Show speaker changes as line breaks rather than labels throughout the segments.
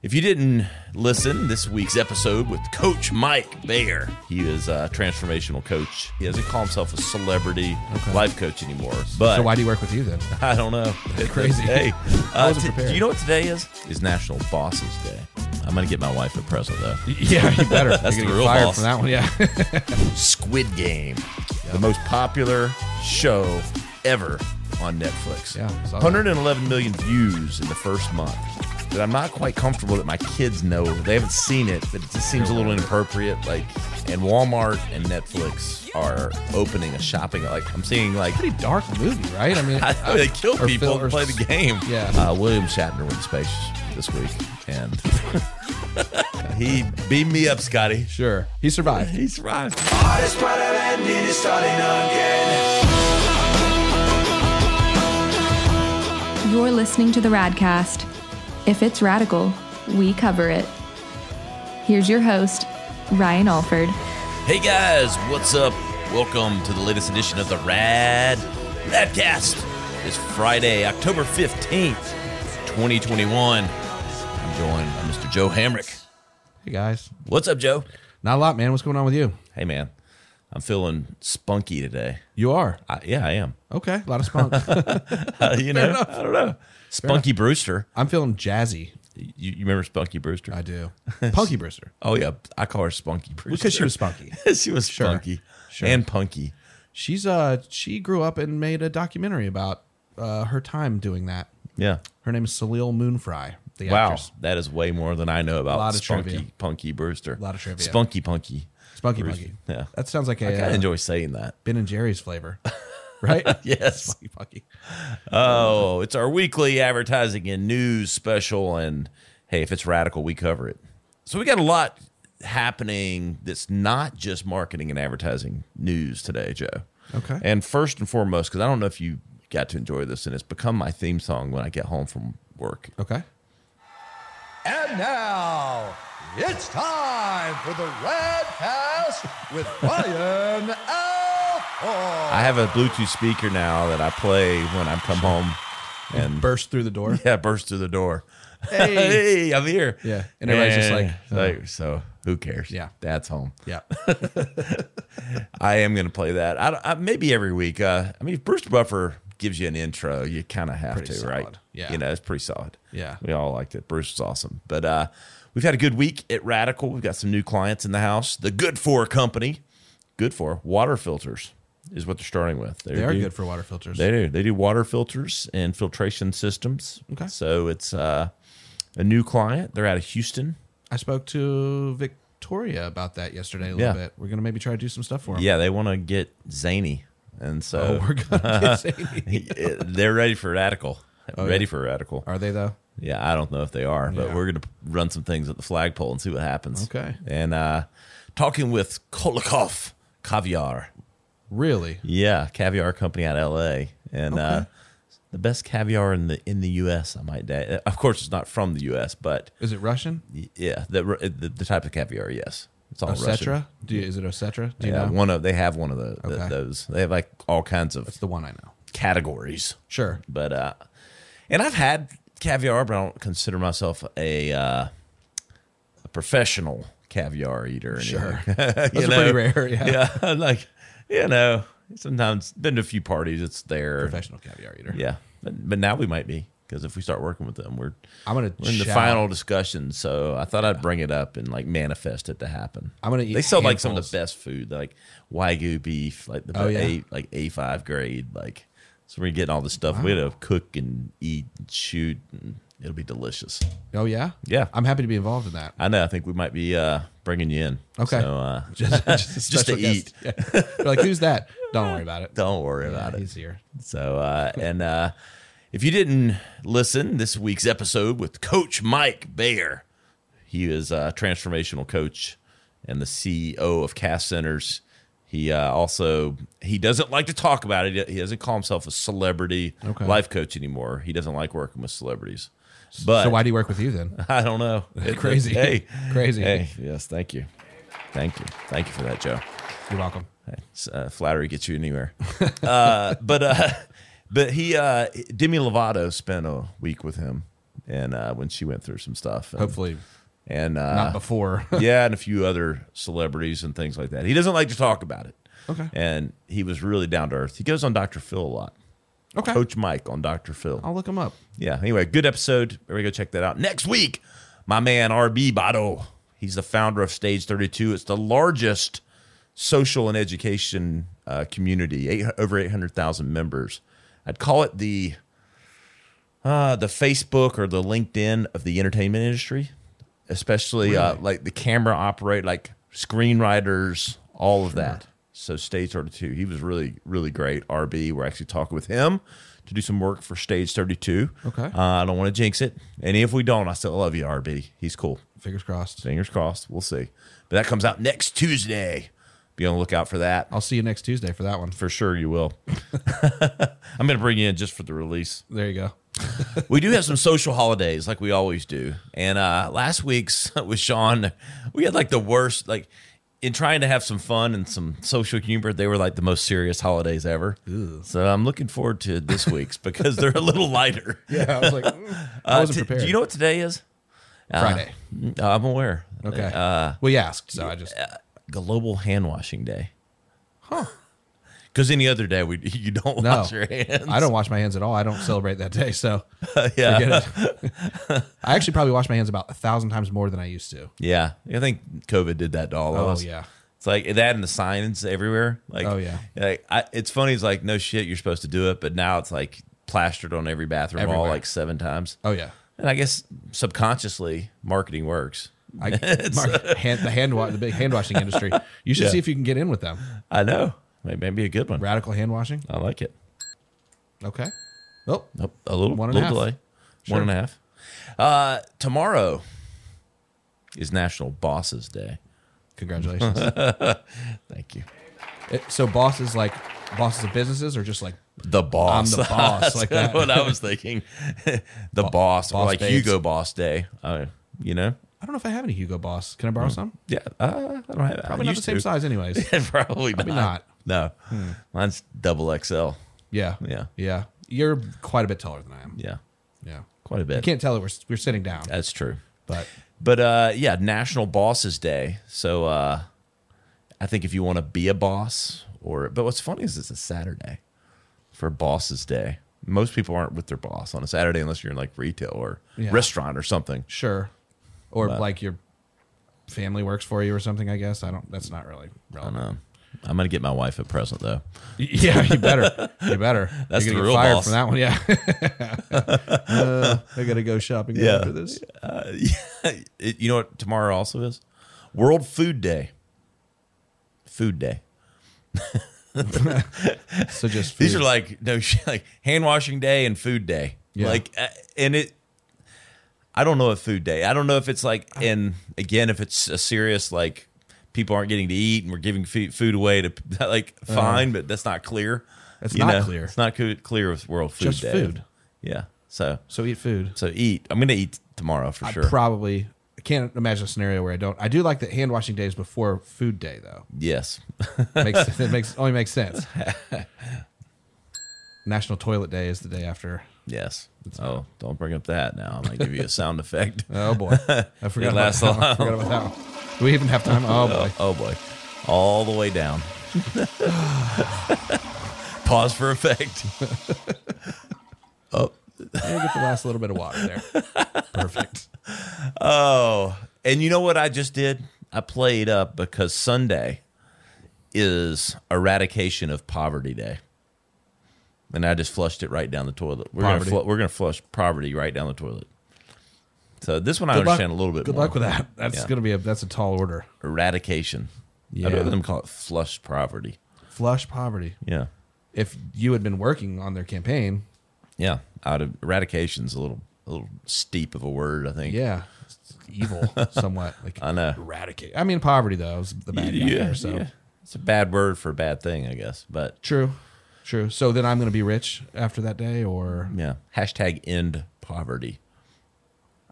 If you didn't listen, this week's episode with Coach Mike Bayer. He is a transformational coach. He doesn't call himself a celebrity life coach anymore. But
So why do you work with you then?
I don't know. It's
crazy.
Hey,
I
uh,
wasn't
t-
prepared.
do you know what today is? Is National Bosses Day. I'm gonna get my wife a present though.
Yeah, you better.
That's
You're
the
gonna get
real
fired
boss.
from that one. Yeah.
Squid Game, the most popular show ever on Netflix.
Yeah, I saw that.
111 million views in the first month. But I'm not quite comfortable that my kids know. They haven't seen it, but it just seems a little inappropriate. Like, and Walmart and Netflix are opening a shopping. Like, I'm seeing like
Pretty dark movie, right? I mean, uh,
I, they kill
Or
people
fil- or
to play the
s-
game.
yeah.
Uh, William Shatner went to space this week, and he beat me up, Scotty.
sure. He survived.
He's right.
Hardest part of ending is starting again.
You're listening to the Radcast. If it's radical, we cover it. Here's your host, Ryan Alford.
Hey guys, what's up? Welcome to the latest edition of the Rad Radcast. It's Friday, October 15th, 2021. I'm joined by Mr. Joe Hamrick.
Hey guys,
What's up, Joe?
not a lot, man. What's going on with you?
Hey man, I'm feeling spunky today.
You are
I, yeah, I am.
okay. A lot of spunk.
Uh, you know, I don't know. Spunky Brewster.
I'm feeling jazzy.
You, you remember Spunky Brewster?
I do. Punky Brewster
oh yeah, I call her Spunky Brewster
because she was spunky.
she was spunky
Sure.
and punky.
She's uh she grew up and made a documentary about uh, her time doing that.
Yeah.
Her name is Salil Moonfry. The
Wow,
actress.
that is way more than I know about
Lot of
Spunky
trivia.
Punky Brewster. A
Lot of trivia.
Spunky Punky.
Spunky
Brewster.
Punky.
Yeah.
That sounds like a
I
uh,
enjoy saying that.
Ben and Jerry's flavor, right?
Yes.
Spunky Punky.
Oh, it's our weekly advertising and news special. And hey, if it's radical, we cover it. So we got a lot happening that's not just marketing and advertising news today, Joe.
Okay.
And first and foremost, because I don't know if you got to enjoy this, and it's become my theme song when I get home from work.
Okay.
And now it's time for the Red Cast with Ryan Alford.
I have a Bluetooth speaker now that I play when I come home and
Burst through the door.
yeah, burst through the door.
Hey.
Hey, I'm here.
Yeah, and everybody's just
Hey.
like,
like, so who cares?
Yeah.
that's home.
Yeah.
I am going to play that. I, don't- I, maybe every week. Uh, I mean, if Bruce Buffer gives you an intro, you kind of have
Pretty
to,
solid.
right?
Yeah.
you know, it's pretty solid.
Yeah.
we all liked it. Bruce was awesome, but uh, we've had a good week at Radical. We've got some new clients in the house. The Good For Company, Good For water filters is what they're starting with.
They are good for water filters.
They do. They do water filters and filtration systems.
Okay.
So it's uh, a new client. They're out of Houston.
I spoke to Victoria about that yesterday a little
Yeah.
bit. We're gonna maybe try to do some stuff for them.
Yeah, they want to get zany, and so
Oh,
uh,
We're gonna get zany.
they're ready for radical. ready for radical.
Are they though?
Yeah, I don't know if they are, but
Oh, Yeah.
we're going to run some things at the flagpole and see what happens.
Okay.
And uh, talking with Kolakov Caviar.
Really?
Yeah, caviar company out of L.A. and uh, the best caviar in the in the U.S. I might add. Of course, it's not from the U.S., but
Is it Russian?
Yeah, the uh, the, the type of caviar. Yes, it's all Oh, Russian.
Osetra? Do you, is it Osetra? Do you
Yeah,
know?
one of they have one of the, the-
Okay.
those. They have like all kinds of
It's the one I know.
categories.
Sure.
But uh, and I've had caviar, but I don't consider myself a uh, a professional caviar eater. or
Sure.
anything.
Those
You
are
know?
pretty rare. Yeah.
Yeah, like you know, sometimes been to a few parties. It's there.
Professional caviar eater.
Yeah, but but now we might be because if we start working with them, we're
I'm gonna
we're in the
shout-
final discussion. So I thought I'd bring it up and like manifest it to happen.
I'm gonna eat
They sell like some of
handfuls.
the best food, like wagyu beef, like the
Oh, yeah.
A, like A five grade, like so we're getting all this stuff. We're gonna cook and eat and shoot, and it'll be delicious.
Oh yeah.
Yeah.
I'm happy to be involved in that.
I know. I think we might be uh, bringing you in.
Okay.
so uh,
Just,
Just
just,
to
eat. They're like, who's that? Don't worry about it.
don't worry
Yeah,
about it.
He's here.
So, uh, and uh, if you didn't listen, this week's episode with Coach Mike Bayer. He is a transformational coach and the CEO of Cast Centers. He uh, also he doesn't like to talk about it. He doesn't call himself a celebrity
Okay.
life coach anymore. He doesn't like working with celebrities. But
so why do you work with you then?
I don't know.
Crazy.
Hey,
Crazy.
Hey, yes, thank you, thank you, thank you for that, Joe.
You're welcome.
It's, uh, flattery gets you anywhere. uh, but uh, but he uh, Demi Lovato spent a week with him and uh, when she went through some stuff. And,
Hopefully,
and uh,
not before.
yeah, and a few other celebrities and things like that. He doesn't like to talk about it.
Okay.
And he was really down to earth. He goes on Dr. Phil a lot.
okay.
Coach Mike on Dr. Phil.
I'll look him up.
Yeah. Anyway, good episode. Everybody go check that out. Next week, my man RB Bado. He's the founder of Stage 32. It's the largest social and education uh, community, eight, over 800,000 members. I'd call it the uh, the Facebook or the LinkedIn of the entertainment industry, especially uh, like the camera operate, like screenwriters, all of that. So Stage 32, he was really, really great. RB, we're actually talking with him to do some work for Stage 32.
Okay.
Uh, I don't want to jinx it. And if we don't, I still love you, RB. He's cool.
Fingers crossed.
Fingers crossed. We'll see. But that comes out next Tuesday. Be on the lookout for that.
I'll see you next Tuesday for that one.
For sure you will. I'm going to bring you in just for the release.
There you go.
we do have some social holidays like we always do. And uh last week's with Sean, we had like the worst like in trying to have some fun and some social humor, they were like the most serious holidays ever. So I'm looking forward to this week's because they're a little lighter.
Yeah, I was like, mm, I
Uh,
wasn't
t-
prepared.
Do you know what today is? Uh,
Friday.
I'm aware.
Okay.
Uh,
well, you asked, so I just
global hand washing day. Huh. Because any other day we you don't
No.
wash your hands.
I don't wash my hands at all. I don't celebrate that day, so
yeah.
forget it. I actually probably wash my hands about a thousand times more than I used to.
Yeah, I think COVID did that to all of
Oh,
us.
yeah.
it's like that and the signs everywhere. Like,
Oh, yeah.
like I, it's funny. It's like no shit, you're supposed to do it, but now it's like plastered on every bathroom wall
Everywhere.
like seven times.
Oh yeah,
And I guess subconsciously, marketing works.
I, Mark, hand, the hand wa- the big hand washing industry. You should
uh, Yeah.
see if you can get in with them.
I know, maybe, maybe a good one.
Radical hand washing.
I like it.
Okay. Oh,
Nope, a little,
One and a
little
half.
delay.
Sure.
One and a half. Uh, tomorrow is National Bosses Day.
congratulations.
Thank you.
It- so bosses like bosses of businesses or just like
The boss.
I'm the boss,
That's
like that.
what I was thinking. the boss, or
boss
like
babes.
Hugo Boss Day. Uh, you know?
I don't know if I have any Hugo Boss. Can I
Hmm.
borrow some?
Yeah. Uh, I don't have.
Probably not the same size, anyways.
size. Probably, not.
not. Hmm.
No, mine's double XL.
Yeah.
Yeah.
Yeah. You're quite a bit taller than I am.
Yeah,
Yeah.
quite a
I
bit.
can't tell that we're we're sitting down,
That's true.
but
But uh, yeah, National Bosses Day. So uh, I think if you want to be a boss, or but what's funny is it's a Saturday for Bosses Day. Most people aren't with their boss on a Saturday unless you're in like retail or
Yeah.
restaurant or something.
sure. Or
But-
like your family works for you or something. I guess I don't. That's not really
I
relevant.
know. Um, I'm gonna get my wife a present though.
Yeah, you better. You better.
That's
You're
the
gonna get
real
fired
boss.
from that one. Yeah. uh, I gotta go shopping after this.
Uh, yeah. It- you know what tomorrow also is? World Food Day. Food Day.
So just
These
food.
are like no shit, like hand washing day and food day.
Yeah.
Like uh, and it I don't know if food day. I don't know if it's like and again if it's a serious like people aren't getting to eat and we're giving food, food away to like fine, but that's not clear.
It's Uh-huh. not clear.
It's not coo- clear with World Food
Just
Day.
food.
Yeah. So
so eat food.
so eat. I'm going to eat tomorrow for sure.
I probably I can't imagine a scenario where I don't. I do like that hand washing days before food day though.
yes.
Makes it makes only makes sense. National Toilet Day is the day after.
Yes. Oh, don't bring up that now. I might give you a sound effect.
Oh boy, I forgot about
lasts a
that. One. I
while.
forgot about that. One. Do we even have time? Oh boy,
Oh boy. All the way down. Pause for effect.
Maybe get the last little bit of water there. Perfect.
Oh, and you know what I just did? I played up because Sunday is eradication of poverty day. And I just flushed it right down the toilet. We're going
Poverty.
fl- we're going to flush poverty right down the toilet. So this one I
Good luck-
understand a little bit
Good
more.
luck with that. That's
Yeah.
gonna be a that's a tall order.
Eradication.
Yeah.
I'd rather them call it flush poverty.
Flush poverty.
Yeah.
If you had been working on their campaign,
Yeah, out of eradication's a little a little steep of a word, I think.
yeah, it's evil somewhat. Like
I know.
eradicate. I mean, poverty though is the bad guy there. So
yeah. It's a bad word for a bad thing, I guess. But
true, true. So then I'm gonna be rich after that day, or
yeah, hashtag end poverty.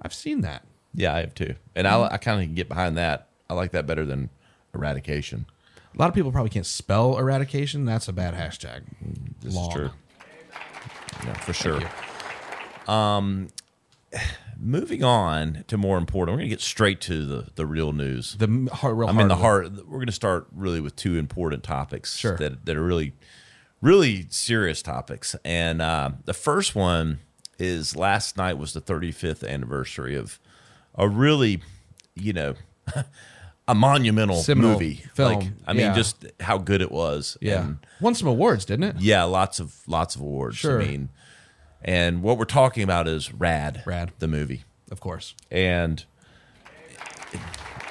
I've seen that.
Yeah, I have too, and I I kind of get behind that. I like that better than eradication.
A lot of people probably can't spell eradication. That's a bad hashtag.
This
Long.
is true. Yeah, for sure. Um, moving on to more important, we're going to get straight to the, the real news.
The m- hard, real
I mean, the
one.
heart. We're going to start really with two important topics
Sure.
that that are really, really serious topics. And uh, the first one is last night was the 35th anniversary of a really, you know, a monumental
Seminal
movie.
film,
Like, I mean,
yeah.
just how good it was.
Yeah.
And,
Won some awards, didn't it?
yeah, lots of lots of awards.
Sure.
I mean, and what we're talking about is Rad.
Rad.
the movie
Of course.
and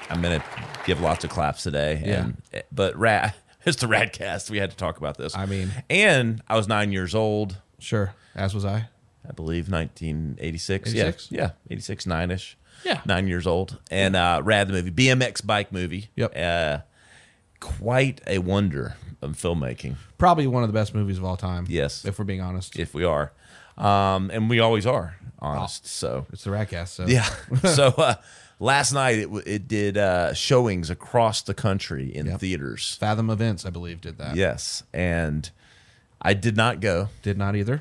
I'm gonna give lots of claps today.
Yeah.
And, but rat, it's the Radcast. We had to talk about this.
I mean-
and I was nine years old,
Sure. As was I.
I believe, 1986.
86?
Yeah, yeah, 86, nine ish.
Yeah.
nine years old, and uh, Rad the movie, BMX bike movie.
Yep.
Uh, quite a wonder of filmmaking,
Probably one of the best movies of all time.
Yes.
If we're being honest.
if we are, um, and we always are honest. So
it's the Ratcast. So.
Yeah. so uh, last night it w- it did uh, showings across the country in
Yep.
theaters.
Fathom Events, I believe, did that.
Yes, and I did not go.
Did not either.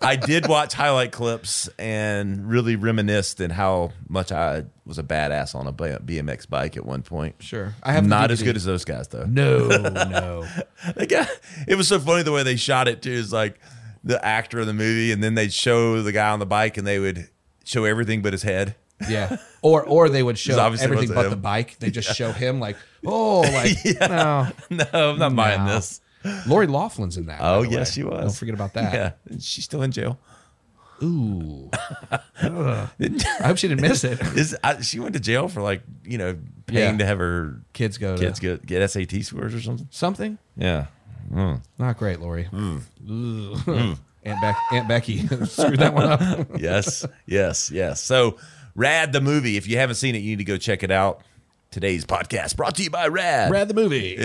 I did watch highlight clips and really reminisced in how much I was a badass on a B- BMX bike at one point.
sure. I have the
not as
DVD.
good as those guys though.
No, no.
The guy, it was so funny the way they shot it too. Is like the actor in the movie, and then they'd show the guy on the bike, and they would show everything but his head.
Yeah. Or or they would show
obviously it
everything
wasn't
but
him.
the bike. They just show him like, oh, like no.
no, I'm not buying
No.
this.
Lori Laughlin's in that. by
Oh,
the
yes,
way.
she was.
Don't forget about that.
Yeah, she's still in jail.
Ooh. I hope she didn't miss it.
Is I, she went to jail for like you know paying
Yeah.
to have her
Kids go to
kids get get SAT scores or something?
something.
Yeah,
Not great, Lori.
Hmm.
Ugh. Aunt, Beck Aunt Becky screwed that one up.
yes, yes, yes. So Rad the movie. If you haven't seen it, you need to go check it out. Today's podcast brought to you by Rad.
Brad the movie.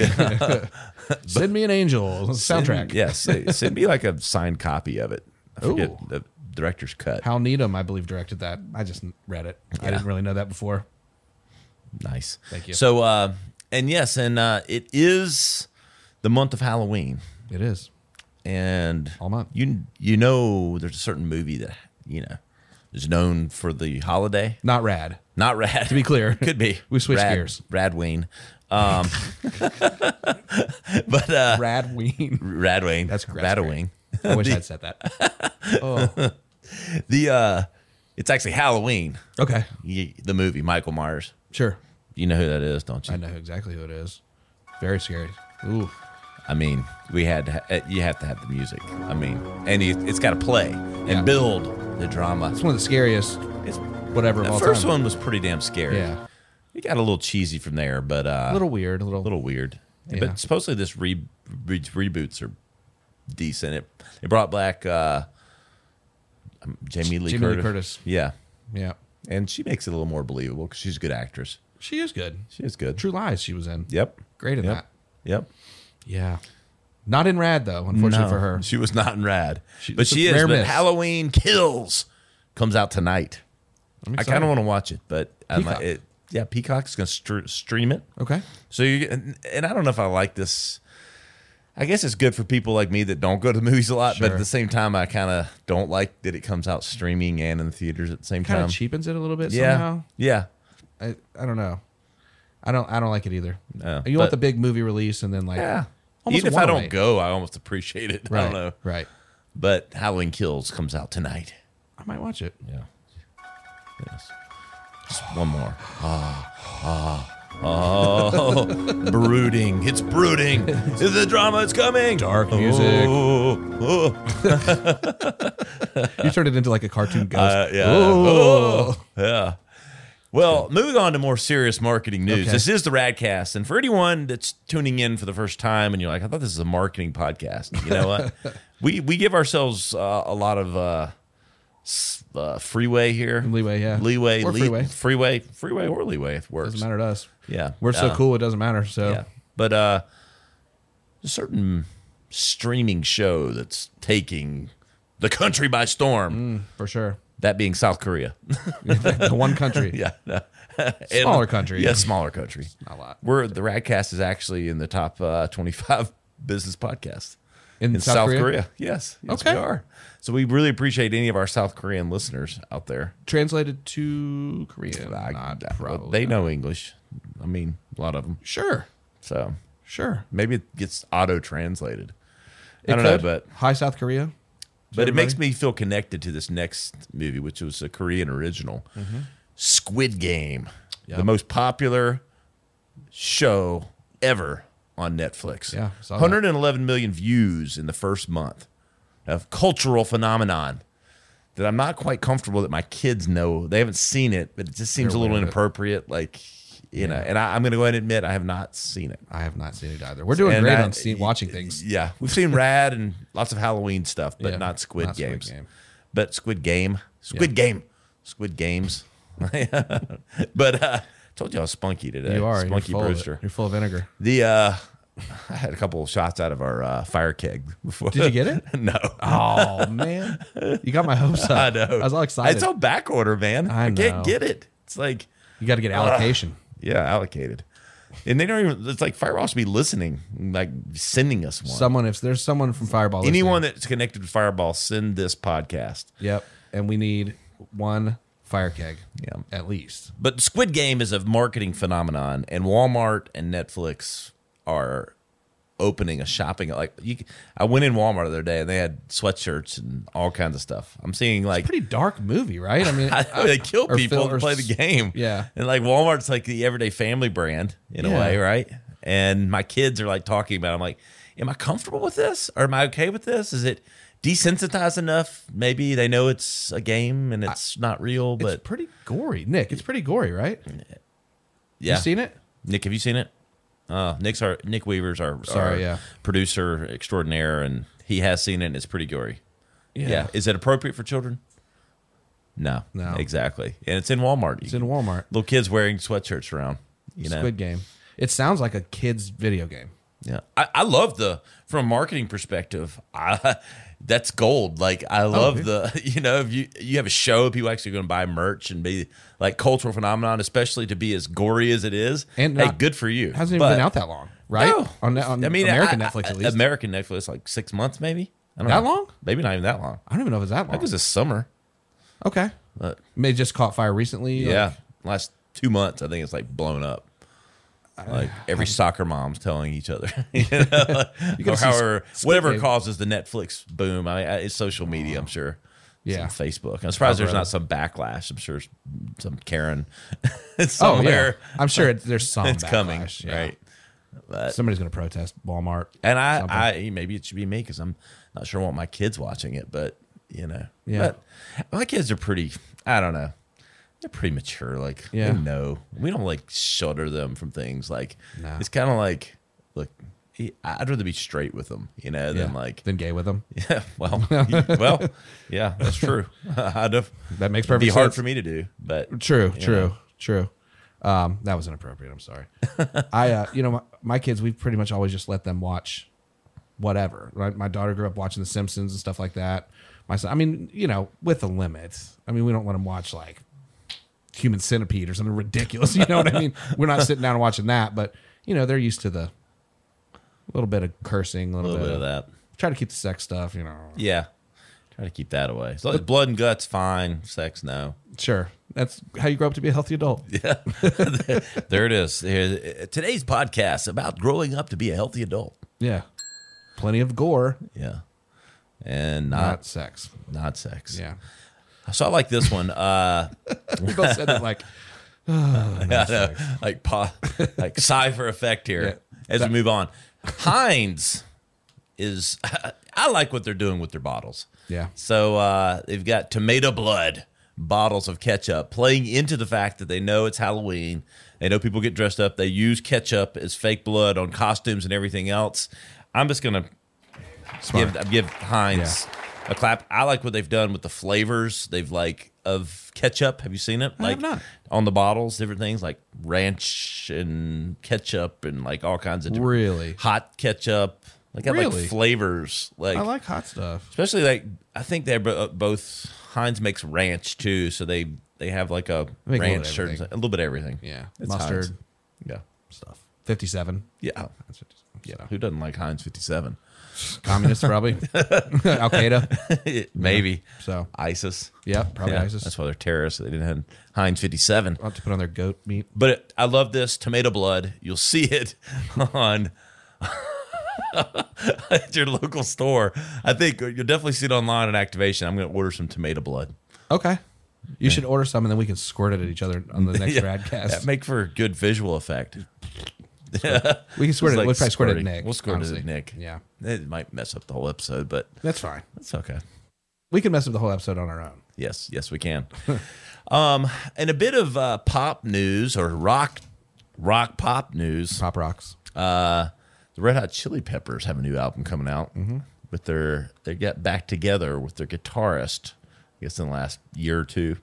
Send me an angel
Send-
soundtrack.
Yes, send me like a signed copy of it. I forget
Ooh.
the director's cut.
Hal Needham, I believe, directed that. I just read it. I didn't really know that before.
Nice.
Thank you.
So uh, and yes, and uh, it is the month of Halloween.
It is.
and
All month.
You you know, there's a certain movie that you know is known for the holiday.
Not rad.
Not Rad. To
be clear.
could be
We switched
Rad,
gears.
Radween, um, but uh,
Brad Ween.
Radween.
That's great.
Radween.
I wish I'd said that. Oh.
The uh, it's actually Halloween.
Okay.
Y- The movie Michael Myers.
Sure.
You know who that is, don't you?
I know exactly who it is. Very scary. Ooh.
I mean, we had to ha- eh, you have to have the music. I mean, and you, it's got to play and
Yeah.
build the drama.
It's one of the scariest
It's,
whatever of
the
all
first
time.
one was pretty damn scary.
Yeah.
It got a little cheesy from there, but uh,
A little weird. A little,
little weird.
Yeah.
But supposedly this re- re- reboots are decent. It it brought back uh, um, Jamie Lee
Jamie Lee
Curtis.
Curtis.
Yeah,
Yeah.
and she makes it a little more believable because she's a good actress.
She is good.
She is good.
True Lies she was in.
Yep.
Great in
Yep.
that.
Yep.
Yeah. Not in Rad though, unfortunately
No,
for her.
she was not in Rad,
She-
but
it's a
she is.
rare
But
miss.
Halloween Kills comes out tonight. I kind
excited.
of want to watch it, but I'm
Peacock.
like, it, yeah, Peacock's gonna str- stream it.
Okay.
So you and, and I don't know if I like this. I guess it's good for people like me that don't go to the movies a lot, but
Sure.
at the same time, I kind of don't like that it comes out streaming and in the theaters at the same
Kind
time.
of cheapens it a little bit
yeah,
somehow.
yeah.
I, I don't know. I don't I don't like it either.
No,
you want
but-
the big movie release and then like
yeah.
almost
Even if
one
I don't
away.
go, I almost appreciate it.
Right.
I don't know.
Right.
But Halloween Kills comes out tonight.
I might watch it.
Yeah. Yes. Just one more. Ah, ah, oh, brooding. It's brooding. Is the drama? It's coming.
Dark music.
Oh, oh.
You turned it into like a cartoon ghost.
Uh, yeah.
Oh.
Oh, yeah. Well, moving on to more serious marketing news.
Okay.
This is the Radcast, and for anyone that's tuning in for the first time, and you're like, "I thought this is a marketing podcast," you know what? we we give ourselves uh, a lot of uh, s- uh, freeway here,
Leeway, yeah.
leeway,
Or
lea-
freeway.
freeway, freeway, or leeway if it works.
Doesn't matter to us.
Yeah,
We're so
Uh,
cool it doesn't matter. So
Yeah, but uh, a certain streaming show that's taking the country by storm.
mm, for sure.
That being South Korea.
the one country.
Yeah. no. And-
Smaller country.
Yeah, smaller country.
Not a lot.
We're the Radcast is actually in the top uh, 25 business podcasts.
in,
in South, Korea? Yes. Yes,
Okay.
we are. So we really appreciate any of our South Korean listeners out there.
Translated to Korean.
I-
not
I-
probably.
they know English. I mean, a lot of them.
Sure.
So
Sure.
maybe it gets auto translated.
It
I don't know,
could.
but
Hi, South Korea.
but it makes me feel connected to this next movie, which was a Korean original, Squid Game, the
Mm-hmm. Yep.
most popular show ever on Netflix.
Yeah, saw that.
111 million views in the first month of cultural phenomenon that I'm not quite comfortable that my kids know. They haven't seen it, but it just seems
They're
a little
aware of it.
inappropriate. Like you know, and I, I'm going to go ahead and admit I have not seen it.
I have not seen it either. We're doing
And
great
I-
on seeing, watching things.
Yeah, we've seen Rad and lots of Halloween stuff, but
Yeah,
not Squid
not Squid
Games.
Game.
But Squid Game, Squid Game, Squid Games. but uh, told you I was spunky today.
You are. You're
spunky
full of it.
Brewster.
You're full of vinegar.
The uh, I had a couple of shots out of our uh, fire keg before.
Did you get it?
no.
Oh man, you got my hopes up.
I know.
I was all excited.
It's on back order, man.
I
I,
know.
can't get it. It's like
you got to get allocation.
yeah, allocated. And they don't even. It's like Fireball should be listening, like sending us one.
someone, if there's someone from Fireball, listening-
Anyone that's connected to Fireball, send this podcast.
Yep. And we need one fire keg.
Yeah.
At least.
But Squid Game is a marketing phenomenon, and Walmart and Netflix are opening a shopping like you. I went in Walmart the other day, and they had sweatshirts and all kinds of stuff. I'm seeing like
Pretty dark movie, right? I mean,
I, they kill
or
people
fil- or
to play the
s-
game.
yeah.
and like Walmart's like the everyday family brand in
Yeah.
a way, right? And my kids are like talking about. It. I'm like, am I comfortable with this? Or am I okay with this? Is it desensitized enough? Maybe they know it's a game and it's not real,
it's
but
pretty gory, Nick. It's pretty gory, right?
yeah.
You seen it?
Nick, have you seen it? Uh, Nick's our Nick Weaver's our
Sorry,
our
Oh, yeah.
producer extraordinaire, and he has seen it. and It's pretty gory. Yeah. is it appropriate for children? No,
No.
exactly. And it's in Walmart.
It's in Walmart.
little kids wearing sweatshirts around. You know,
Squid Game. It sounds like a kid's video game.
yeah. I, I love the from a marketing perspective. I, that's gold. Like
Oh,
I love
yeah.
the you know if you you have a show, people actually going to buy merch and be like cultural phenomenon, especially to be as gory as it is.
And
hey,
not-
good for you.
It hasn't even
But-
been out that long, right?
No.
On, on
I mean,
American
I- I-
Netflix, at least.
American Netflix, like six months, maybe. I don't
That
know.
long?
Maybe not even that long.
I don't even know if it's that
I think
long.
it was this summer.
okay.
but-
May have just caught fire recently.
yeah,
like-
last two months, I think it's like blown up. Like every soccer mom's telling each other, you know,
gotta
or
see
however,
Squid
whatever
Game.
causes the Netflix boom. I, I it's social media, I'm sure. It's
Yeah.
on Facebook. I'm surprised there's
brother.
not some backlash. I'm sure some Karen
Oh,
somewhere.
yeah. I'm sure it, there's some.
It's coming,
backlash, yeah.
right?
Somebody's going to protest Walmart.
And
something.
I, I maybe it should be me because I'm not sure I want my kids watching it, but you know,
Yeah.
But my kids are pretty. I don't know. They're pretty mature. Like
Yeah.
they know. We don't like shudder them from things. Like
No.
it's kind of like look. he- I'd rather be straight with them, you know, than
Yeah.
like,
Then gay with them.
yeah, well, well, yeah, that's true. I'd have,
That makes
it'd be
perfect
hard
sense.
for me to do, but
True,
you
true,
know.
true. Um, that was inappropriate. I'm sorry. I, uh, you know, my, my kids, we've pretty much always just let them watch whatever. Right? My daughter grew up watching The Simpsons and stuff like that. My son, I mean, you know, with a limit. I mean, we don't let them watch like Human Centipede or something ridiculous. You know what I mean? We're not sitting down and watching that, but you know, they're used to the little bit of cursing,
a
a little,
little bit of that.
Try to keep the sex stuff, you know.
Yeah, try to keep that away. So, blood and guts, fine. Sex, no.
Sure, that's how you grow up to be a healthy adult.
There it is. Here- Today's podcast about growing up to be a healthy adult.
Yeah, plenty of gore,
Yeah. And
not
not
sex.
not, sex.
Yeah.
So I like this one. Uh
We both said that like
I know, like pa, like cipher effect here
Yeah.
as we move on. Heinz is I like what they're doing with their bottles.
Yeah.
So uh, they've got tomato blood bottles of ketchup, playing into the fact that they know it's Halloween. They know people get dressed up. They use ketchup as fake blood on costumes and everything else. I'm just gonna
smart.
give, give Heinz a clap. I like what they've done with the flavors. They've like of ketchup. Have you seen it?
have
Like
not.
on the bottles, different things like ranch and ketchup and like all kinds of different
Really?
hot ketchup. Like got
Really?
like flavors. Like,
I like hot stuff.
especially like I think they're bo- both Heinz makes ranch too, so they they have like a
They make a little
ranch
bit of
certain-
everything.
a little bit of everything.
Yeah.
It's
Mustard
Heinz. Yeah.
stuff. 57.
Yeah.
That's 57.
Who doesn't like Heinz 57?
Communists probably. Al Qaeda.
Maybe
So
ISIS.
yeah, probably
Yeah,
ISIS.
That's why they're terrorists. They didn't have Heinz 57.
I'll have to put on their goat meat.
But it, I love this tomato blood. You'll see it on at your local store. I think you'll definitely see it online at activation. I'm going to order some tomato blood.
Okay. You should order some and then we can squirt it at each other on the next radcast.
That make for a good visual effect.
we can squirt
It's
it.
like
we'll probably squirt it at
squirting.
Nick.
We'll squirt it
honestly.
at Nick.
Yeah.
It might mess up the whole episode, but
That's fine.
it's okay.
We can mess up the whole episode on our own.
Yes, yes, we can. um, and a bit of uh, pop news or rock, rock pop news.
Pop rocks.
Uh, the Red Hot Chili Peppers have a new album coming out with their they got back together with their guitarist. I guess in the last year or 2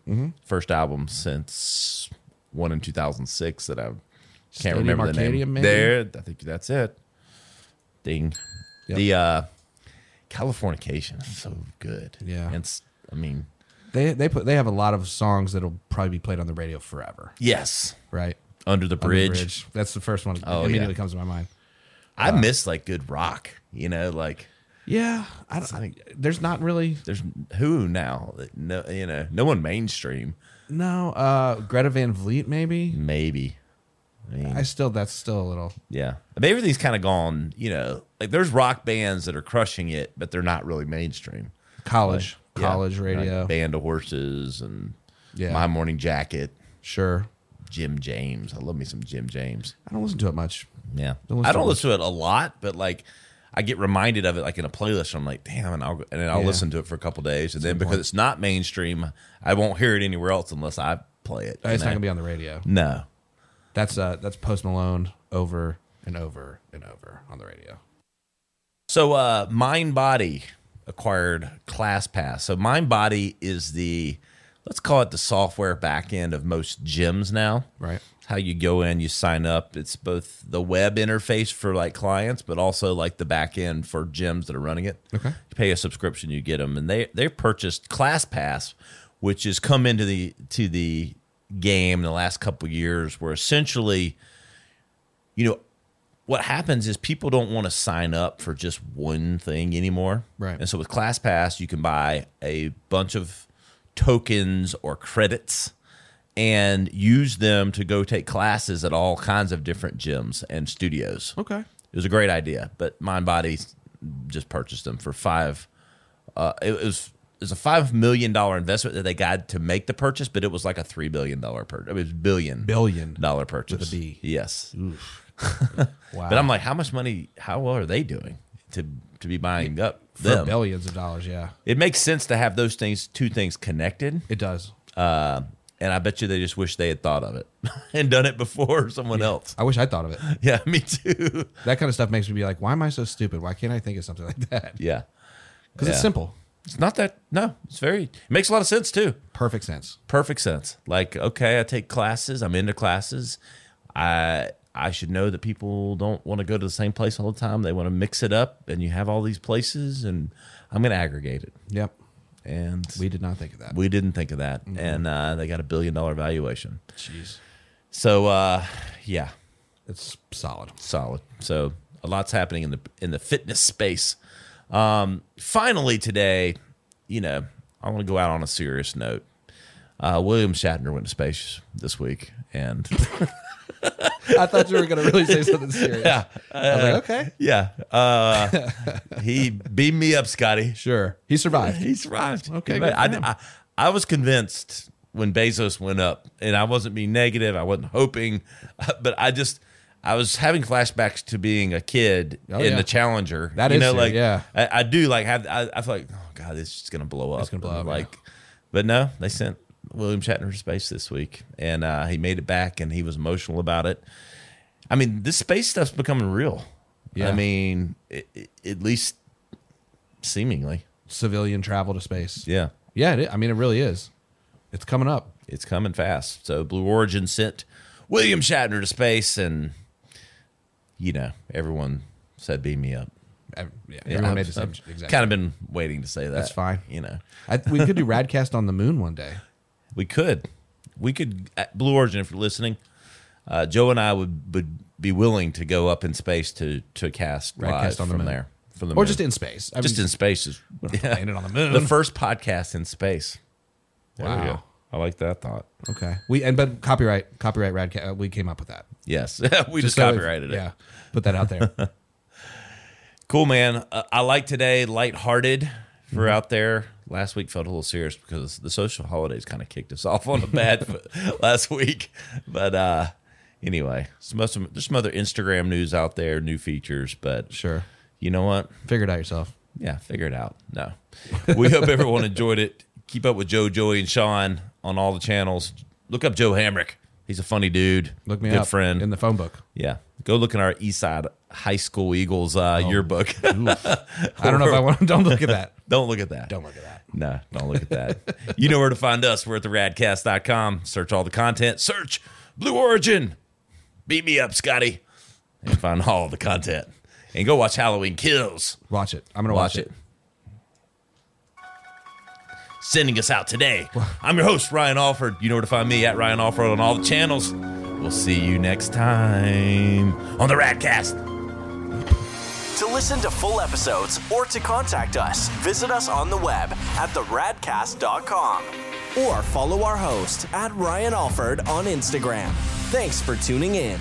first album since one in two thousand six that I can't
Stadium
remember the
Arcadium,
name.
maybe?
There, I think that's it. Ding,
Yep.
the uh, Californication is so good.
Yeah.
and it's, I mean,
They they put they have a lot of songs that'll probably be played on the radio forever.
yes,
Right.
Under the
On the
Bridge.
That's the first one that
Oh,
immediately
yeah.
comes to my mind.
I miss like good rock. You know, like
Yeah. I don't I think there's not really
there's who now? No, you know, no one mainstream.
no uh Greta Van Vliet maybe.
Maybe. I mean,
I still that's still a little
yeah. I mean, everything's kind of gone, you know, like there's rock bands that are crushing it, but they're not really mainstream.
college
Yeah.
college
Like
radio.
Band of Horses and
Yeah.
My Morning Jacket,
Sure.
Jim James. I love me some Jim James.
I don't listen to it much.
Yeah.
Don't listen
I
to
don't
it.
listen to it a lot, but like I get reminded of it like in a playlist. And I'm like, damn, and I'll go- and then I'll
Yeah.
listen to it for a couple days. And then because
point.
it's not mainstream, I won't hear it anywhere else unless I play it.
It's not gonna be on the radio.
No.
That's uh that's Post Malone over and over and over on the radio.
So uh MindBody acquired ClassPass. So MindBody is the let's call it the software back end of most gyms now.
Right.
How you go in, you sign up. It's both the web interface for like clients, but also like the back end for gyms that are running it.
Okay.
You pay a subscription, you get them, and they they purchased ClassPass, which has come into the to the game in the last couple of years, where essentially, you know, what happens is people don't want to sign up for just one thing anymore.
Right.
And so with ClassPass, you can buy a bunch of tokens or credits and use them to go take classes at all kinds of different gyms and studios.
Okay.
It was a great idea, but MindBody just purchased them for five. Uh, it was it was a five million dollar investment that they got to make the purchase, but it was like a three billion dollar purchase. It was billion
Billion.
dollar purchase.
B.
Yes,
Wow.
but I'm like, how much money? How well are they doing to to be buying up
for
them?
billions of dollars, yeah.
It makes sense to have those things, two things connected.
It does.
Uh, and I bet you they just wish they had thought of it and done it before someone else.
I wish I thought of it.
Yeah, me too.
That kind of stuff makes me be like, why am I so stupid? Why can't I think of something like that?
Yeah.
Because
Yeah.
it's simple.
It's not that. No, it's very. It makes a lot of sense too.
Perfect sense.
Perfect sense. Like, okay, I take classes. I'm into classes. I I should know that people don't want to go to the same place all the time. They want to mix it up, and you have all these places, and I'm going to aggregate it.
Yep.
And
We did not think of that.
we didn't think of that, and uh, they got a billion dollar valuation.
Jeez.
So, uh, yeah,
It's solid.
solid. So a lot's happening in the in the fitness space. Um, finally today, you know, I want to go out on a serious note. Uh, William Shatner went to space this week, and
I thought you were going to really say something serious.
yeah,
I was like, okay.
yeah, uh, he beamed me up, Scotty.
Sure. He survived.
He survived.
Okay,
But
good for
I,
him.
I, I was convinced when Bezos went up, and I wasn't being negative. I wasn't hoping, but I just I was having flashbacks to being a kid
Oh,
in
yeah.
the Challenger.
That
you
is
know,
true,
like
yeah.
I, I do like have I, I feel like oh god, this is just gonna blow up.
It's gonna blow
And,
up,
Like, but no, they sent William Shatner to space this week, and uh, he made it back, and he was emotional about it. I mean, this space stuff's becoming real. I
Yeah.
mean, i i- at least seemingly.
Civilian travel to space.
Yeah.
Yeah. it, I mean, it really is. It's coming up.
it's coming fast. So Blue Origin sent William Shatner to space, and you know everyone said, "Beam me up."
I, yeah, everyone made the same. Exactly.
Kind of been waiting to say that.
That's fine.
You know,
I, we could do Radcast on the moon one day.
we could, we could at Blue Origin if you're listening. Uh, Joe and I would would be willing to go up in space to to cast
Radcast
live
on the
from
moon.
there from the
or
moon.
just in space. I
just
mean,
in space is yeah.
landed on the moon.
The first podcast in space. There we
Wow.
go. I like that thought.
Okay. We and but copyright copyright radca- uh, we came up with that.
Yes, we just,
so if-
copyrighted it.
Yeah. Put that out there.
Cool, man. Uh, I like today, lighthearted for
Mm-hmm.
out there. Last week felt a little serious because the social holidays kind of kicked us off on a bad foot last week. But uh anyway, some, some, there's some other Instagram news out there, new features. But
sure.
you know what?
Figure it out yourself.
Yeah, figure it out. No. We hope everyone enjoyed it. Keep up with Joe, Joey, and Sean on all the channels. Look up Joe Hamrick. He's a funny dude.
Look me
Good
up
friend.
in the phone book.
yeah. Go look in our Eastside High School Eagles uh,
Oh.
yearbook.
Oof. I don't know if I want. Don't look at that.
don't look at that.
Don't look at that.
No, don't look at that. you know where to find us. We're at theradcast.com. Search all the content. Search Blue Origin. Beat me up, Scotty. And find all the content. And go watch Halloween Kills.
Watch it. I'm gonna
Watch
watch,
it. Sending us out today. I'm your host, Ryan Alford. You know where to find me at Ryan Alford on all the channels. We'll see you next time on the Radcast.
To listen to full episodes or to contact us, visit us on the web at theradcast.com or follow our host at Ryan Alford on Instagram. Thanks for tuning in.